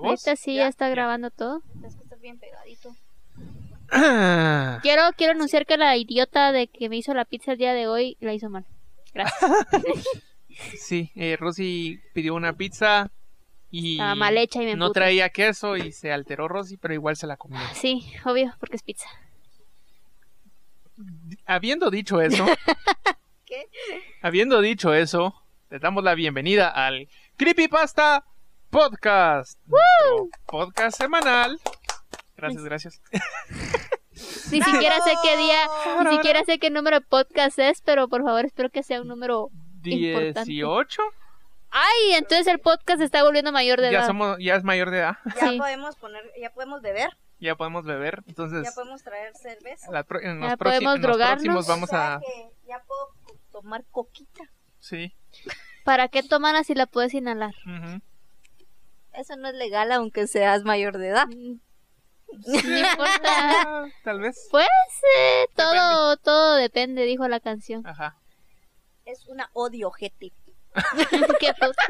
voz? Ahorita sí ya, Ya, está ya. grabando todo. Es que estás bien pegadito. Ah, Quiero, quiero anunciar que la idiota de que me hizo la pizza el día de hoy la hizo mal. sí, eh, Rosy pidió una pizza y Estaba mal hecha y me no emputé. traía queso y se alteró Rosy, pero igual se la comió. Sí, obvio, porque es pizza. Habiendo dicho eso, ¿Qué? habiendo dicho eso, te damos la bienvenida al Creepypasta Podcast, nuestro podcast semanal. Gracias, gracias. Ni siquiera sé qué día, ni siquiera sé qué número de podcast es, pero por favor espero que sea un número... Importante. 18. ¡Ay! Entonces el podcast se está volviendo mayor de edad. Ya somos, ya es mayor de edad, Ya Sí. podemos poner, ya podemos beber, ya podemos beber. ya Entonces, podemos traer cerveza. la pro- en los, Ya próxi- podemos en los drogarnos. próximos pues, vamos O sea a, que ya puedo tomar coquita. sí. ¿Para qué toman si la puedes inhalar? ujú. Eso no es legal aunque seas mayor de edad. Mm, No importa. Ah, Tal vez. Pues eh, todo, todo depende, dijo la canción. Ajá. Es una odiojete. Qué puta.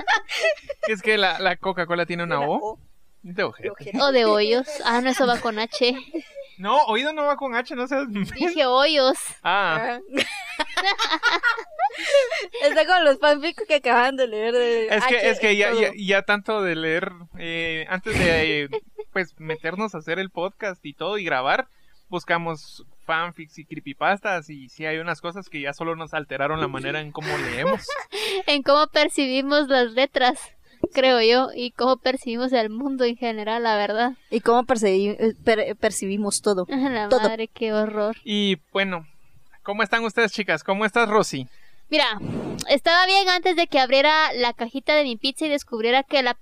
Es que la, la Coca-Cola tiene una O. O, De ojete. ojete. O de hoyos. Ah, no, eso va con H. No, oído no va con H, no seas. Dije hoyos. Ah, Está con los fanfics que acaban de leer de Es que, H Ah, es que ya, todo. ya, ya tanto de leer, eh, antes de eh, pues meternos a hacer el podcast y todo y grabar, buscamos fanfics y creepypastas y sí hay unas cosas que ya solo nos alteraron la manera en cómo leemos. En cómo percibimos las letras, creo yo, y cómo percibimos el mundo en general, la verdad. Y cómo percibí- eh, per- percibimos todo. La Todo. madre, qué horror. Y bueno, ¿cómo están ustedes chicas? ¿Cómo estás Rosy? Mira, estaba bien antes de que abriera la cajita de mi pizza y descubriera que la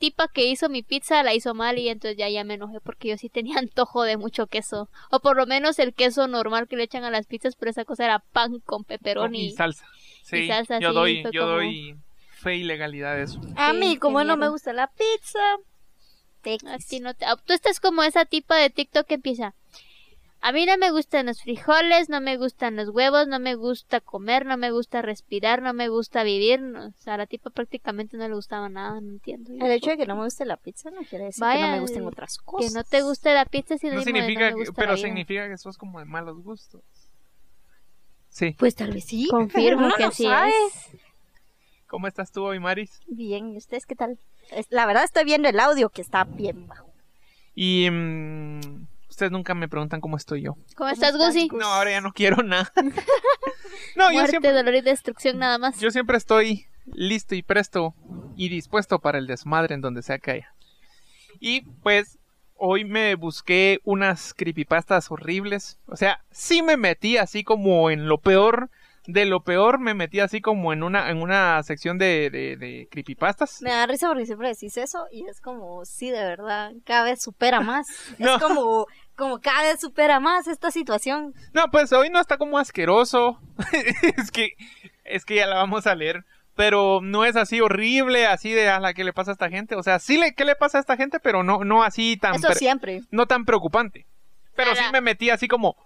tipa que hizo mi pizza la hizo mal y entonces ya, ya me enojé porque yo sí tenía antojo de mucho queso. O por lo menos el queso normal que le echan a las pizzas, pero esa cosa era pan con y pepperoni. salsa. Sí, y salsa, yo sí, doy, fue yo como- doy fe y legalidad a eso. A mí, qué como no me miedo. gusta la pizza, te A ti no te- ah, Tú estás como esa tipa de TikTok que empieza. A mí no me gustan los frijoles, no me gustan los huevos, no me gusta comer, no me gusta respirar, no me gusta vivir. no- o sea, a la tipa prácticamente no le gustaba nada, no entiendo. yo El hecho de que no me guste la pizza no quiere decir que no me Vaya, gusten otras que cosas. no te guste la pizza No sinónimo de significa, no me que- gusta la pero vida. significa que sos como de malos gustos. Sí, Pues tal vez sí. Confirmo Uno que no así sabe. es. ¿cómo estás tú hoy Maris? Bien, ¿y ustedes qué tal? Es- La verdad estoy viendo el audio que está bien bajo. Y mm, ustedes nunca me preguntan cómo estoy yo. ¿Cómo estás, Gusi? No, ahora ya no quiero nada. no, yo Muerte, siempre, dolor y destrucción nada más. yo siempre estoy listo y presto y dispuesto para el desmadre en donde sea que haya. Y pues hoy me busqué unas creepypastas horribles. O sea, sí me metí así como en lo peor. De lo peor me metí así como en una, en una sección de, de, de creepypastas. Me da risa porque siempre decís eso y es como, sí, de verdad, cada vez supera más. No. Es como, como cada vez supera más esta situación. No, pues hoy no está como asqueroso. es que es que ya la vamos a leer, pero no es así horrible, así de a la que le pasa a esta gente, o sea, sí le qué le pasa a esta gente, pero no no así tan Eso pre- siempre. no tan preocupante. Pero sí Ajá. me metí así como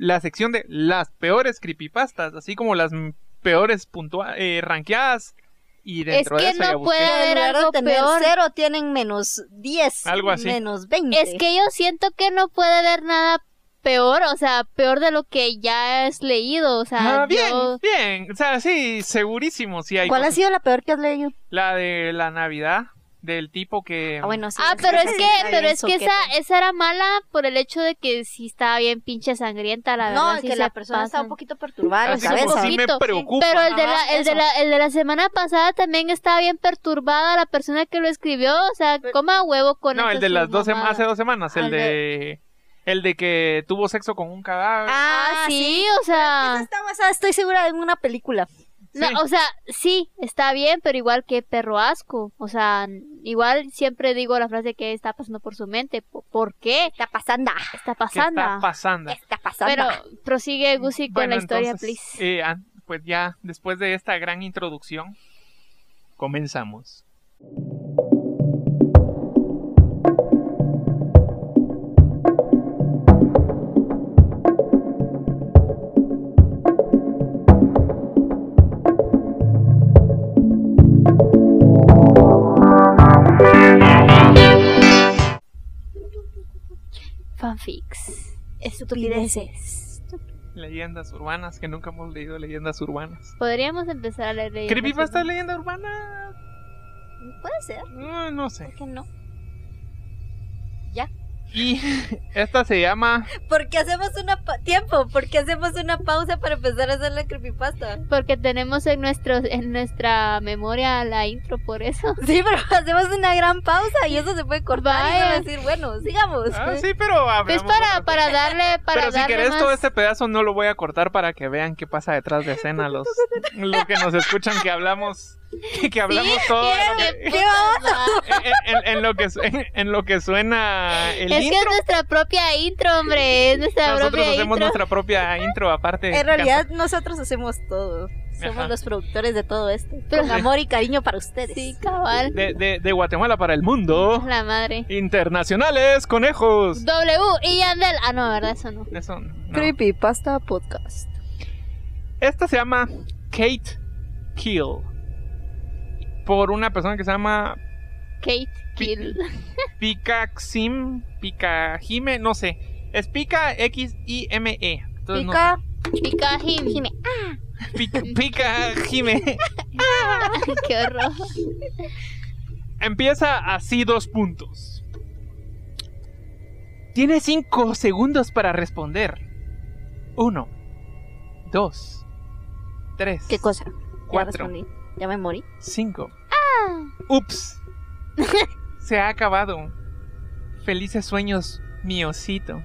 la sección de las peores creepypastas, así como las m- peores puntua eh, rankeadas y dentro que de eso ya no busqué. puede- haber En lugar de algo tener peor. cero, tienen menos 10. Algo así. Menos 20. Es que yo siento que no puede haber nada peor, o sea, peor de lo que ya has leído, o sea, Ah, bien, yo- bien, o sea, sí, segurísimo, sí hay. ¿Cuál ha cosas. sido la peor que has leído? La de la Navidad del tipo que Ah, bueno, sí. Ah, pero es que, está pero bien es que esa, soqueta. esa era mala por el hecho de que sí estaba bien pinche sangrienta, la verdad. No, sí que se la persona está un pasan. poquito perturbada en la Así como cabeza. sí me Poquito, preocupa. Pero el de, Ajá, la, el, de eso. la, el de la semana pasada también estaba bien perturbada la persona que lo escribió. O sea, coma huevo con no, esas el de las dos semanas, mamadas. hace dos semanas, Ah, el el de el de que tuvo sexo con un cadáver. Ah, sí, o Esa sea. está basada, estoy segura, en una película. Sí. No, o sea, sí, está bien, pero igual que perro asco. O sea, igual siempre digo la frase que está pasando por su mente. po- ¿Por qué Está pasando. está ¿Qué está pasando? pasando? Está pasando. Pero prosigue Gusi con Bueno, la historia, entonces, please. eh, an- pues ya, después de esta gran introducción, comenzamos. eh, fanfics. Estupideces. Leyendas urbanas, que nunca hemos leído leyendas urbanas. Podríamos empezar a leer leyendas ¿Creepypasta urbanas. leyenda urbana? Puede ser, No, no sé. ¿por qué no? Y esta se llama ¿Por qué hacemos una pa- tiempo? ¿Por qué hacemos una pausa para empezar a hacer la creepypasta? Porque tenemos en, nuestro, en nuestra memoria la intro, por eso. Sí, pero hacemos una gran pausa y eso se puede cortar y Vaya. solo decir, bueno, sigamos. Ah, sí, pero hablamos Pues para, otra para darle, para Pero si darle querés más... todo este pedazo no lo voy a cortar para que vean qué pasa detrás de escena los, los que nos escuchan que hablamos que, que hablamos todo en lo que- ¡Qué ¿Qué putas, va! en, en- en lo que su- en, en lo que suena el Es que es intro. nuestra propia intro, hombre. Es nuestra Nosotros propia hacemos intro. nuestra propia intro aparte. En realidad nosotros hacemos todo. Somos Ajá. los productores de todo esto. Pero- Con amor y cariño para ustedes. Sí, cabal. de, de- de Guatemala para el mundo. La madre. Internacionales conejos. W y Yandel. Ah, no, ¿verdad? Eso no. Eso no. Creepypasta podcast. Esta se llama Kate Kill. Por una persona que se llama Kate Kill. Picaxim, Picajime, no sé. Es Pica X I M E. Entonces, no Pica, Pica Jim. sé. Pica, Picajime. Qué horror. Empieza así dos puntos. Tiene cinco segundos para responder. Uno, dos, tres, ¿qué cosa? Ya cuatro, respondí. Ya me morí. cinco. Ups. Se ha acabado. Felices sueños, mi osito.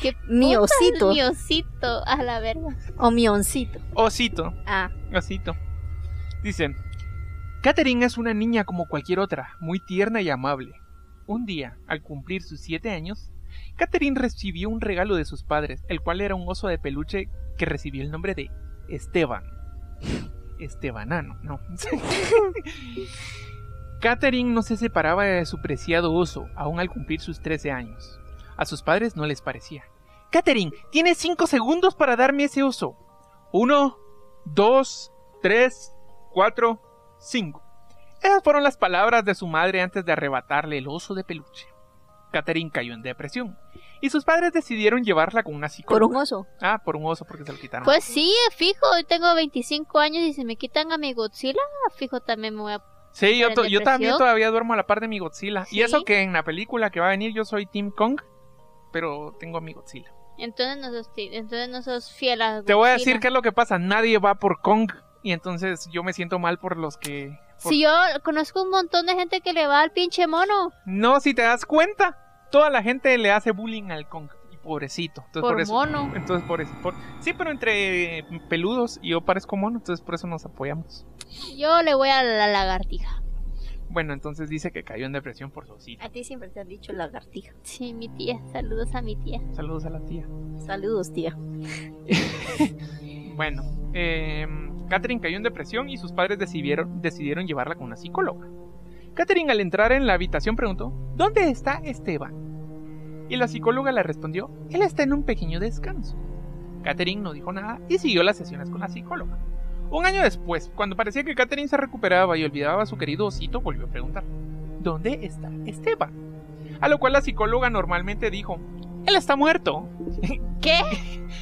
Qué Mi putas, osito. Mi osito. A la verga. O mi oncito. Osito. Ah, Gasito. Dice, Katherine es una niña como cualquier otra, muy tierna y amable. Un día, al cumplir sus siete años, Katherine recibió un regalo de sus padres, el cual era un oso de peluche que recibió el nombre de Esteban. Estebanano, no. Katherine no se separaba de su preciado oso, aún al cumplir sus 13 años. A sus padres no les parecía. Katherine, tienes cinco segundos para darme ese oso. Uno, dos, tres, cuatro, cinco. Esas fueron las palabras de su madre antes de arrebatarle el oso de peluche. Katherine cayó en depresión y sus padres decidieron llevarla con una por psicóloga. un oso. Ah, por un oso porque se lo quitaron. Pues sí, fijo. Hoy tengo 25 años y si me quitan a mi Godzilla, fijo también me voy a. Sí, yo, ¿Pero to- yo depresión? también todavía duermo a la par de mi Godzilla. Sí. Y eso que en la película que va a venir yo soy Team Kong, pero tengo a mi Godzilla. Entonces no sos, ti- entonces no sos fiel a. Te voy a Godzilla. decir qué es lo que pasa. Nadie va por Kong y entonces yo me siento mal por los que... por- Si yo conozco un montón de gente que le va al pinche mono. No, si te das cuenta, toda la gente le hace bullying al Kong. Y pobrecito. Entonces, por, Por eso, mono. Entonces por eso. por- Sí, pero entre peludos y yo parezco mono, entonces por eso nos apoyamos. Yo le voy a la lagartija. Bueno, entonces dice que cayó en depresión por su cita. A ti siempre te han dicho lagartija. Sí, mi tía. Saludos a mi tía. Saludos a la tía. Saludos, tía. Bueno, eh, Catherine cayó en depresión y sus padres decidieron, decidieron llevarla con una psicóloga. Catherine al entrar en la habitación preguntó, ¿dónde está Esteban? Y la psicóloga le respondió, él está en un pequeño descanso. Catherine no dijo nada y siguió las sesiones con la psicóloga. Un año después, cuando parecía que Catherine se recuperaba y olvidaba a su querido osito, volvió a preguntar, ¿dónde está Esteban? A lo cual la psicóloga normalmente dijo, él está muerto. ¿Qué?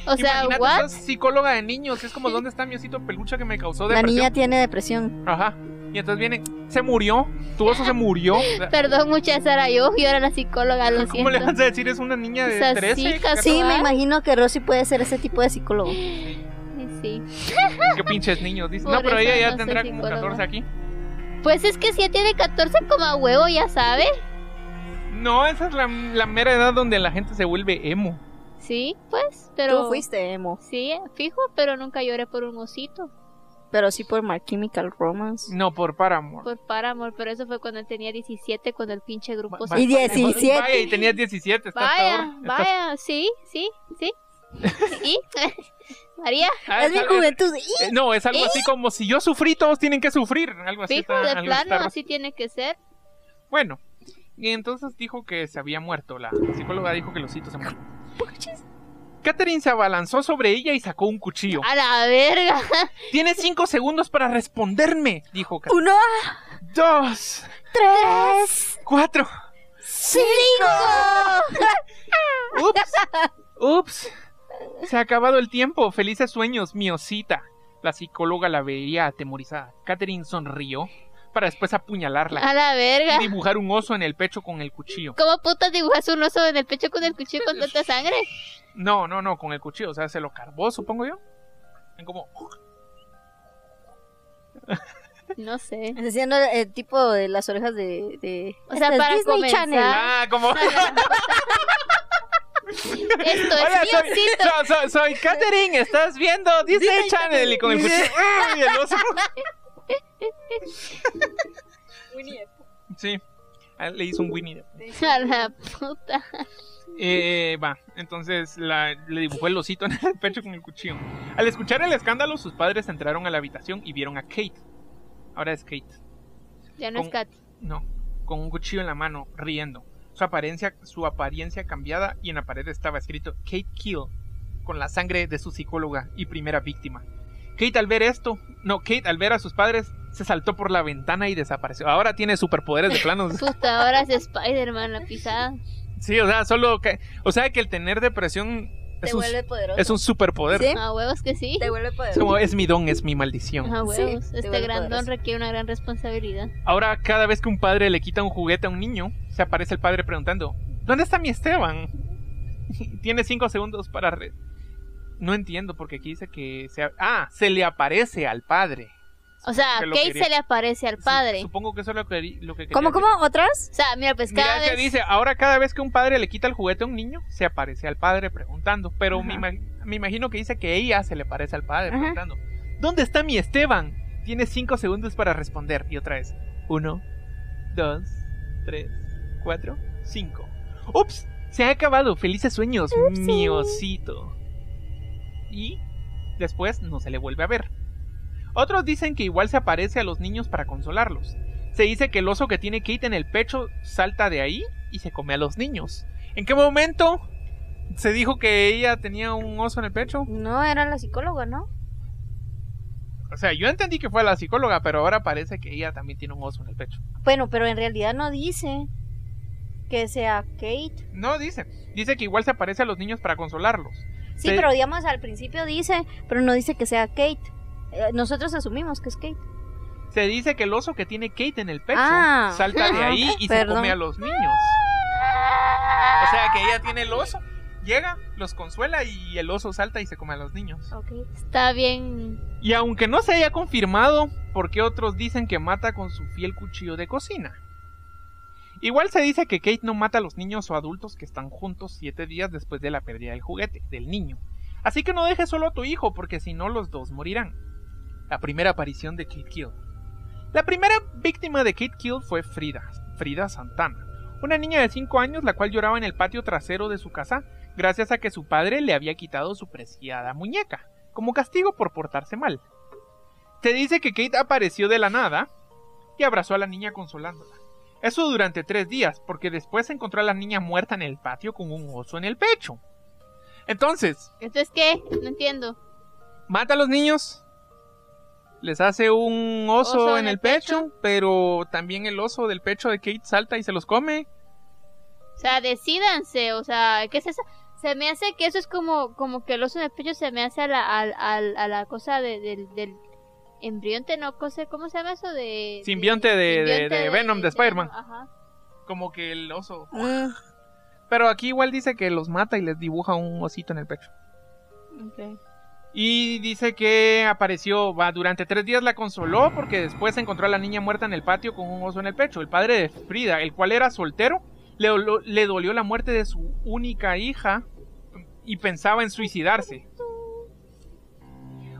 O sea, Imagínate, what? sos psicóloga de niños. Es como, ¿dónde está mi osito pelucha que me causó La depresión? niña tiene depresión. Ajá. Y entonces viene, se murió, tu oso se murió. O sea, Perdón, mucha esa era yo y ahora la psicóloga, lo ¿Cómo le siento. vas a decir? Es una niña de O sea, 13. sí, casi- Sí, me ¿Verdad? imagino que Rosy puede ser ese tipo de psicólogo. Sí. Qué pinches niños. Dice. Por No, pero eso ella ya no soy tendrá como psicóloga. 14 aquí. Pues es que si ya tiene 14 como a huevo, ya sabe. No, esa es la, la mera edad donde la gente se vuelve emo. Sí, pues, pero... Tú fuiste emo, Sí, fijo, pero nunca lloré por un osito, pero sí por My Chemical Romance. No, por Paramore. por Paramore, Pues, pero eso fue cuando tenía 17, cuando el pinche grupo Va- se... Y 17. Vaya, y tenías 17. Estás Vaya, peor. Estás- vaya, sí, sí, sí. ¿Y? María, Ah, Es mi algo- juventud. eh, no, es algo así como si yo sufrí, todos tienen que sufrir. Algo así. fijo, está- de algo plano, está- así tiene que ser. Bueno, y entonces dijo que se había muerto. La psicóloga dijo que el osito se murió. Catherine se abalanzó sobre ella y sacó un cuchillo. A la verga. Tienes cinco segundos para responderme, dijo Catherine. Uno, Dos, tres, cuatro, cinco. ha acabado el tiempo. Felices sueños, mi osita. La psicóloga la veía atemorizada. Catherine sonrió para después apuñalarla A la verga. y dibujar un oso en el pecho con el cuchillo. ¿Cómo putas dibujas un oso en el pecho con el cuchillo con tanta sangre? No, no, no, con el cuchillo. O sea, se lo carbó, supongo yo. En Como, No sé. Es Haciendo el tipo de las orejas de. de- O sea, Esta es para Disney comenzar- Channel. ah, como. Esto es Hola, mi soy, osito. so- so- soy Katherine, estás viendo Disney, Channel y con el cuchillo ¡ah! y el oso. Sí, ah, le hizo un Winnie. the Pooh. A la puta. Eh, va, entonces la- le dibujó el osito en el pecho con el cuchillo. Al escuchar el escándalo, sus padres entraron a la habitación y vieron a Kate. Ahora es Kate. Ya no es Con- Katy. No, con un cuchillo en la mano, riendo. Su apariencia, su apariencia cambiada y en la pared estaba escrito Kate Kill, con la sangre de su psicóloga y primera víctima. Kate al ver esto, no, Kate al ver a sus padres, se saltó por la ventana y desapareció. Ahora tiene superpoderes de planos. Puta, ahora es Spider-Man la pisada. Sí, o sea, solo que, o sea que el tener depresión es Te un, vuelve poderoso. es un superpoder. Sí, A huevos que sí. Te vuelve Es poderoso. como es mi don, es mi maldición. A ¿Eh? Sí, huevos. te este vuelve grandón poderoso. requiere una gran responsabilidad. Ahora cada vez que un padre le quita un juguete a un niño, se aparece el padre preguntando, ¿dónde está mi Esteban? Tiene cinco segundos para... re- No entiendo porque aquí dice que se... a- Ah, se le aparece al padre. O sea, que lo Kate quería. se le aparece al Su- padre. Supongo que eso es lo que, lo que quería ¿Cómo, decir. cómo? ¿Otra vez? O sea, mira, pues Mira cada que vez... dice, ahora cada vez que un padre le quita el juguete a un niño, se aparece al padre preguntando. Pero me, Ajá. ima- me imagino que dice que ella se le parece al padre Ajá. preguntando. ¿Dónde está mi Esteban? Tiene cinco segundos para responder. Y otra vez. Uno, dos, tres, cuatro, cinco. ¡Ups! Se ha acabado. Felices sueños, mi osito. Y después no se le vuelve a ver. Otros dicen que igual se aparece a los niños para consolarlos. Se dice que el oso que tiene Kate en el pecho salta de ahí y se come a los niños. ¿En qué momento se dijo que ella tenía un oso en el pecho? No, era la psicóloga, ¿no? O sea, yo entendí que fue a la psicóloga, pero ahora parece que ella también tiene un oso en el pecho. Bueno, pero en realidad no dice que sea Kate. No, dice. Dice que igual se aparece a los niños para consolarlos. Sí, Sí. pero digamos al principio dice, pero no dice que sea Kate. Eh, nosotros asumimos que es Kate. Se dice que el oso que tiene Kate en el pecho Ah. salta de ahí y se Perdón. come a los niños. O sea, que ella tiene el oso. Llega, los consuela y el oso salta y se come a los niños. Ok. Está bien... Y aunque no se haya confirmado, porque otros dicen que mata con su fiel cuchillo de cocina. Igual se dice que Kate no mata a los niños o adultos que están juntos siete días después de la pérdida del juguete, del niño. Así que no dejes solo a tu hijo, porque si no los dos morirán. La primera aparición de Kate Kill. La primera víctima de Kate Kill fue Frida, Frida Santana, una niña de 5 años la cual lloraba en el patio trasero de su casa gracias a que su padre le había quitado su preciada muñeca como castigo por portarse mal. Se dice que Kate apareció de la nada y abrazó a la niña consolándola. Eso durante tres días, porque después encontró a la niña muerta en el patio con un oso en el pecho. Entonces, ¿Entonces qué? No entiendo. mata a los niños, les hace un oso, en, el pecho, pero también el oso del pecho de Kate salta y se los come. O sea, decídanse, o sea, ¿qué es eso? Se me hace que eso es como, como que el oso en el pecho se me hace a la, al- al- a la cosa de- del, del embrionte, ¿no? Cosa- ¿Cómo se llama eso? De, Simbionte de- de- simbionte de Venom, de Spider-Man. Ajá. Como que el oso. Mm, Pero aquí igual dice que los mata y les dibuja un osito en el pecho. ok. Y dice que apareció, va, durante tres días la consoló porque después encontró a la niña muerta en el patio con un oso en el pecho. El padre de Frida, el cual era soltero, le, dolo- le dolió la muerte de su única hija y pensaba en suicidarse.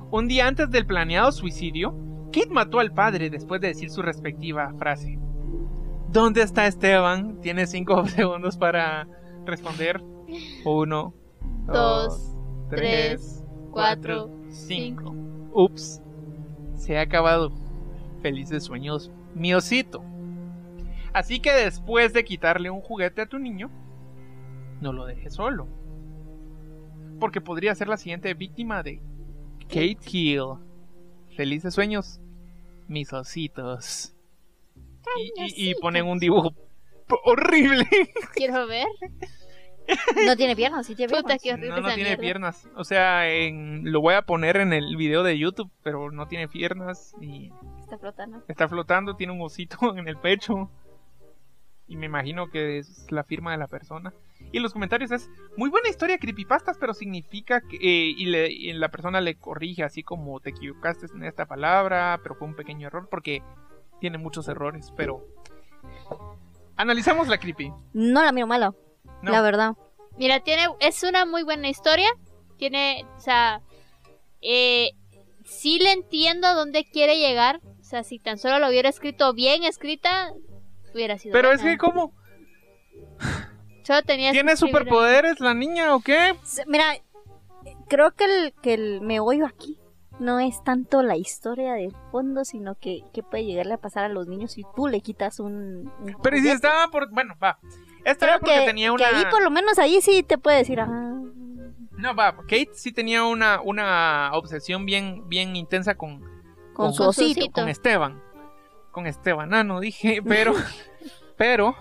Un día antes del planeado suicidio, Kate mató al padre después de decir su respectiva frase. ¿Dónde está Esteban? Tiene cinco segundos para responder. Uno, dos, Dos, tres, cuatro, cinco. Ups, se ha acabado. Felices sueños, mi osito. Así que después de quitarle un juguete a tu niño, no lo dejes solo. Porque podría ser la siguiente víctima de Kate Hill. Felices sueños, mis ositos. Y, y- y ponen un dibujo horrible. quiero ver. No tiene piernas, sí tiene Puta, piernas. qué horrible No, no esa tiene mierda. piernas. O sea, en- lo voy a poner en el video de YouTube, pero no tiene piernas y Está flotando. está flotando, tiene un osito en el pecho. Y me imagino que es la firma de la persona. Y en los comentarios es muy buena historia creepypastas, pero significa que. eh, y, le- y la persona le corrige así como te equivocaste en esta palabra, pero fue un pequeño error, porque tiene muchos errores, pero. Analicemos la creepy. No la miro mala, No. la verdad. Mira, tiene, es una muy buena historia. Tiene, o sea, eh, sí le entiendo a dónde quiere llegar. O sea, si tan solo lo hubiera escrito bien escrita, hubiera sido. Pero es buena. que, ¿cómo? Solo tenía ¿Tiene que escribir- superpoderes la niña o qué? Se- Mira, creo que el, que el meollo aquí no es tanto la historia de fondo, sino que, que puede llegarle a pasar a los niños si tú le quitas un... un Pero y si juguete. estaba por. Bueno, va. Esta Creo era porque que, tenía que una. ahí por lo menos ahí sí te puede decir, ah, No, va. Kate sí tenía una, una obsesión bien, bien intensa con, con, Con su su osito. osito. con Esteban. Con Estebanano, dije. Pero. pero.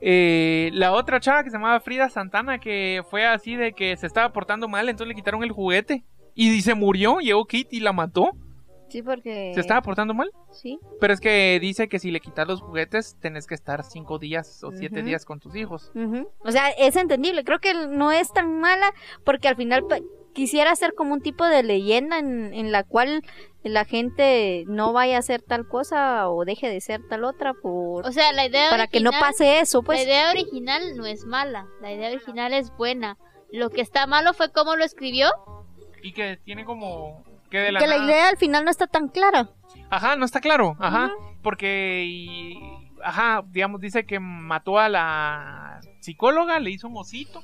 eh, la otra chava que se llamaba Frida Santana, que fue así de que se estaba portando mal, entonces le quitaron el juguete. Y se murió, llegó Kate y la mató. Sí, porque... Se estaba portando mal. Sí, Pero es que dice que si le quitas los juguetes, tenés que estar cinco días o siete Ujú. días con tus hijos. ujú. o sea, es entendible. Creo que no es tan mala porque al final pa- quisiera ser como un tipo de leyenda en, en la cual la gente no vaya a hacer tal cosa o deje de ser tal otra por... O sea, la idea para que no original- pase eso, pues... La idea original no es mala. La idea original es buena. Lo que está malo fue cómo lo escribió. Y que tiene como. Que de la, que la nada- idea al final no está tan clara. Ajá, no está claro. Ajá. Porque. y- ajá, digamos, dice que mató a la psicóloga, le hizo un osito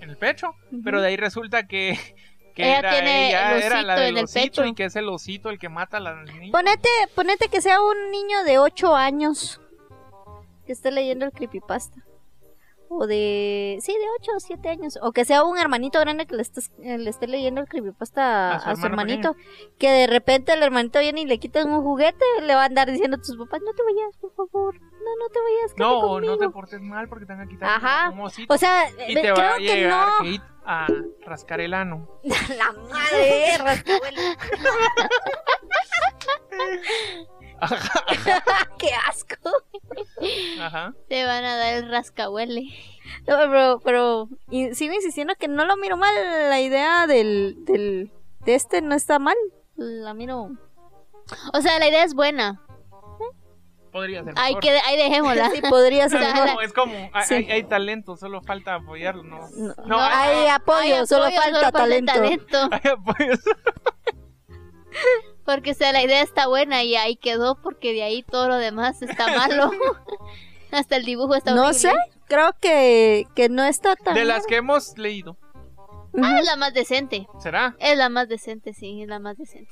en el pecho. Pero de ahí resulta que. Que Ella era tiene ella, el era la osito del en el osito pecho. y que es el osito el que mata a la niña. Ponete, ponete que sea un niño de 8 años que esté leyendo el creepypasta. O de... Sí, de 8 o 7 años. O que sea un hermanito grande que le, estés- eh, le esté leyendo el creepypasta a, A su a su hermano hermanito. Que de repente el hermanito viene y le quitan un juguete. Le va a andar diciendo a tus papás, no te vayas, por favor. No, no te vayas. quédate No, conmigo". no te portes mal porque te van a quitar Ajá. un osito. O sea, y de- te va creo a que llegar no. Kate a rascar el ano. La madre, eh, rascahuela. Qué asco. Ajá. Te van a dar el rascahuele. No, pero, pero in- sigo insistiendo que no lo miro mal. La idea del, del de este no está mal. La miro. O sea, la idea es buena. Podría ser. Hay mejor. que, ahí dejémosla. Sí, podría ser O sea, Es mejor. como- es como, hay, Sí. hay- hay talento, solo falta apoyarlo, ¿no? No, no, hay apoyo, Hay solo apoyo, falta talento. talento. Hay apoyos. Porque, o sea, la idea está buena y ahí quedó porque de ahí todo lo demás está malo. Hasta el dibujo está No horrible. sé, creo que, que no está tan De mal. las que hemos leído, Ah, es la más decente. ¿será? Es la más decente, sí, es la más decente.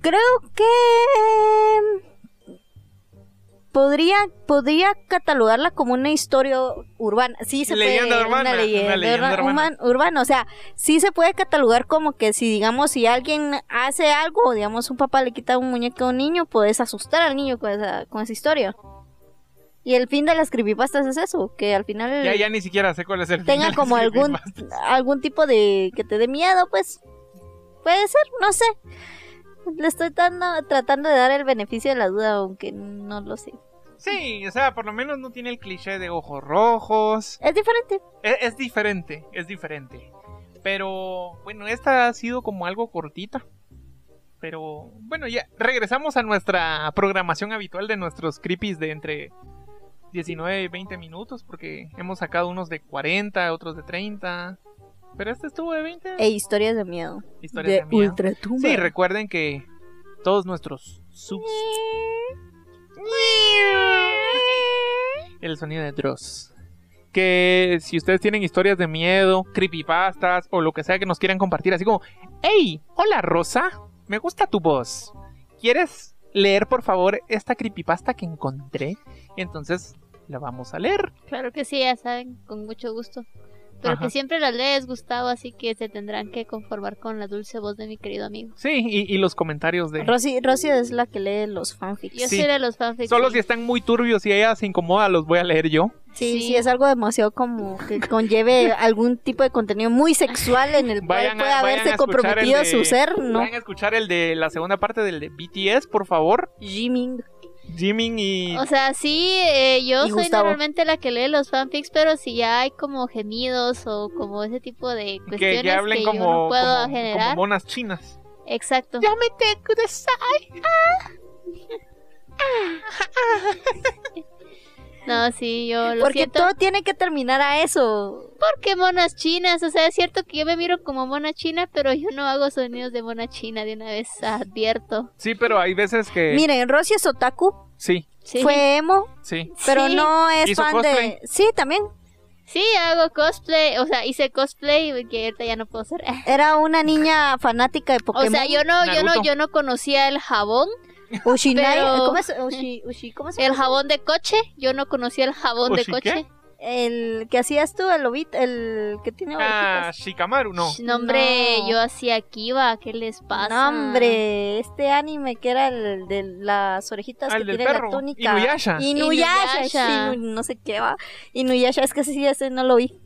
Creo que em, podría, podría catalogarla como una historia urbana. Sí se Leyenda puede, urbana, Una leyenda, una leyenda urba- urbana. human- urbana. O sea, sí se puede catalogar como que si digamos si alguien hace algo, digamos un papá le quita un muñeco a un niño, puedes asustar al niño con esa, con esa historia. Y el fin de las creepypastas es eso, que al final Ya, ya ni siquiera sé cuál es el tenga final, como así que algún más. algún tipo de que te dé miedo, pues puede ser, no sé. Le estoy dando- tratando de dar el beneficio de la duda, aunque no lo sé. Sí, o sea, por lo menos no tiene el cliché de ojos rojos. Es diferente. Es, es diferente, es diferente. Pero bueno, esta ha sido como algo cortita. Pero bueno, ya regresamos a nuestra programación habitual de nuestros creepies de entre 19 y 20 minutos, porque hemos sacado unos de 40, otros de 30. Pero este estuvo de 20. E historias de miedo. Historias de de miedo. ultratumba. Sí, recuerden que todos nuestros subs. El sonido de Dross. Que si ustedes tienen historias de miedo, creepypastas o lo que sea que nos quieran compartir, así como, hey, hola Rosa, me gusta tu voz. ¿Quieres leer por favor esta creepypasta que encontré? Entonces la vamos a leer. Claro que sí, ya saben, con mucho gusto. pero que Ajá. siempre las lees, Gustavo, así que se tendrán que conformar con la dulce voz de mi querido amigo. Sí, y, y los comentarios de... Rosy, Rosy es la que lee los fanfics. Yo Sí. soy de los fanfics. Solo si sí. están muy turbios y ella se incomoda, los voy a leer yo. Sí, sí, Sí. es algo demasiado como que conlleve algún tipo de contenido muy sexual en el cual Vayan puede a, vayan a haberse escuchar el comprometido de- su ser, ¿no? Vayan a escuchar el de la segunda parte del de BTS, por favor. Jimin. Jimin y... O sea, sí, eh, yo Y soy Gustavo. normalmente la que lee los fanfics, pero si ya hay como gemidos o como ese tipo de que cuestiones que, ya hablen yo como, no puedo como- como generar. monas chinas. Exacto. me te No, sí, yo lo Porque siento. todo tiene que terminar a eso. Porque monas chinas, o sea, es cierto que yo me miro como mona china, pero yo no hago sonidos de mona china de una vez, advierto. Sí, pero hay veces que... Miren, Rosy es otaku, Sí, Sí, fue emo, sí. pero Sí. no es Hizo fan cosplay. de... Sí, también. Sí, hago cosplay, o sea, hice cosplay que ahorita ya no puedo hacer. Era una niña fanática de Pokémon. O sea, yo no, yo no, Naruto. yo no conocía el jabón, Ushinai- pero- ¿Cómo es? Ushi- Ushi- ¿Cómo se el llama? jabón de coche, yo no conocía el jabón de ¿Oshi qué? coche. El que hacías tú, el lobito, el que tiene Ah, orejitas. Shikamaru, no. Sh, No, hombre, No. yo hacía Kiva, ¿qué les pasa? No, hombre, este anime que era el de las orejitas Ah, que el del tienen la perro. túnica. Inuyasha. Inuyasha, Inuyasha. sí, no sé qué va. Inuyasha, es que sí, ese no lo vi.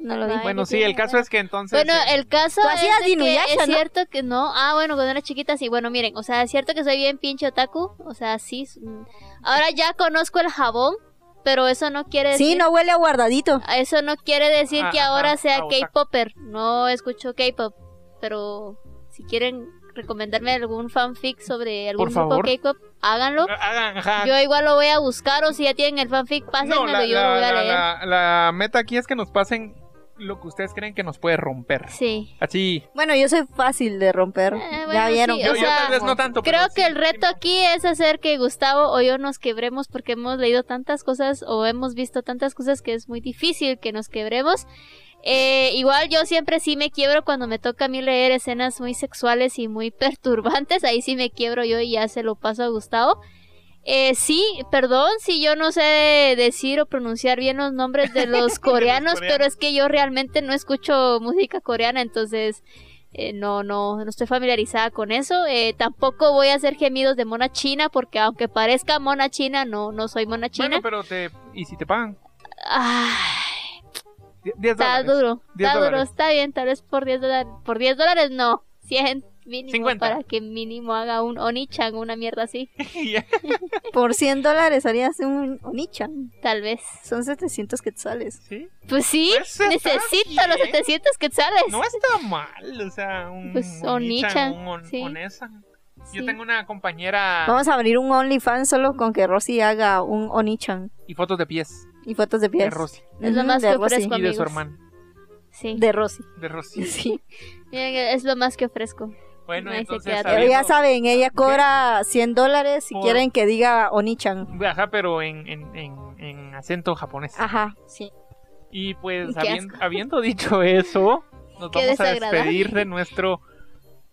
No lo vi. Ay, Bueno, no sí, tiene el caso nada. es que entonces... Bueno, eh, el caso Tú es, hacías de que Inuyasha, es ¿no? cierto que no. Ah, bueno, cuando era chiquita sí. Bueno, miren, o sea, es cierto que soy bien pinche otaku. O sea, sí. s- mm. Ahora ya conozco el jabón, pero eso no quiere decir... Sí, no huele a guardadito. Eso no quiere decir que Ah, ahora ajá, sea ah, otaku. K-Popper. No escucho K-Pop, pero si quieren recomendarme algún fanfic sobre algún Por grupo favor. K-Pop, háganlo. hagan, ajá. Yo igual lo voy a buscar o si ya tienen el fanfic, pásenmelo, No, la, yo lo voy la- a la- leer. la- la meta aquí es que nos pasen lo que ustedes creen que nos puede romper. Sí. Así. Bueno, yo soy fácil de romper. Eh, bueno, ya vieron. sí, que Yo, o yo sea, tal vez no tanto, pero Creo sí, que el sí reto me- aquí es hacer que Gustavo o yo nos quebremos porque hemos leído tantas cosas o hemos visto tantas cosas que es muy difícil que nos quebremos. Eh, igual yo siempre sí me quiebro cuando me toca a mí leer escenas muy sexuales y muy perturbantes. Ahí sí me quiebro yo y ya se lo paso a Gustavo. Eh, sí, perdón si yo no sé decir o pronunciar bien los nombres de los coreanos, pero es que yo realmente no escucho música coreana, entonces eh, no, no, no estoy familiarizada con eso. Eh, tampoco voy a hacer gemidos de mona china, porque aunque parezca mona china, no, no soy mona china. Bueno, pero te... ¿Y si te pagan? Ay, 10 está dólares. duro, 10 está duro, dólares. está bien, tal vez por 10 dólares, por 10 dólares no, 100 mínimo 50. para que mínimo haga un onichan, una mierda así, Por 100 dólares harías un onichan. tal vez. Son 700 quetzales. ¿Sí? Pues sí, Pues está necesito los bien. 700 quetzales. No está mal, o sea, un Pues, un Onichan, Nichan, un on- sí. Onesan. Yo Sí. tengo una compañera Vamos a abrir un OnlyFans solo con que Rosy haga un onichan y fotos de pies y fotos de de pies. Rosy Es lo Ujú, más de que y Rosy. ofrezco. de su Amigos. hermano, Sí, De Rosy. de Rosy. Sí. miren, es lo más que ofrezco. Bueno, Ahí se entonces queda está Pero Sabiendo- bien. ya saben, ella cobra 100 dólares si Por- quieren que diga Onichan. Ajá, pero en, en, en, en acento japonés. Ajá, sí. Y pues, Ah. Qué habien- asco. habiendo dicho eso, nos Qué vamos a desagradable. despedir de nuestro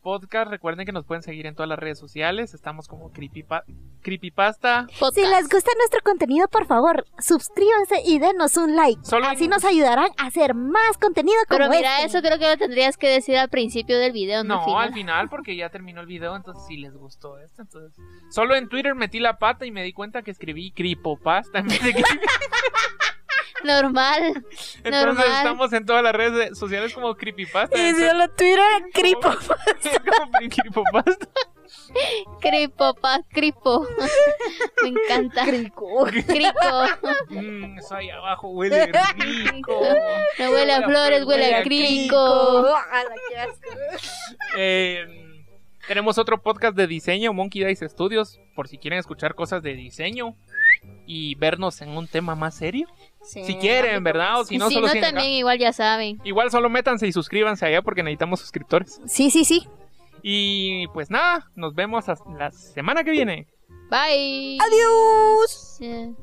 podcast. Recuerden que nos pueden seguir en todas las redes sociales. Estamos como creepypa- Creepypasta. Podcast. Si les gusta nuestro contenido, por favor, suscríbanse y denos un like. Solo- Así nos ayudarán a hacer más contenido como Pero mira, este. eso creo que lo tendrías que decir al principio del video, no, al No, final. al final, porque ya terminó el video, entonces si les gustó esto. Entonces, solo en Twitter metí la pata y me di cuenta que escribí Creepopasta en vez de creepy. Normal. Entonces, Normal. estamos en todas las redes sociales como Creepypasta. Y si entonces, lo "Ah, Twitter, cripo. como Creepypasta. Cripo, pa, cripo. Me encanta. Crico. Crico. Mm, eso ahí abajo huele rico. No huele a flores, huele a crico. Ala, qué asco. Eh, tenemos otro podcast de diseño, Monkey Dice Studios, por si quieren escuchar cosas de diseño y vernos en un tema más serio. Sí. si quieren, ¿verdad? O si Si no, solo no, siguen acá. también igual ya saben. Igual solo métanse y suscríbanse allá porque necesitamos suscriptores. Sí, sí, sí. Y pues nada, nos vemos hasta la semana que viene. Bye. Adiós. Sí.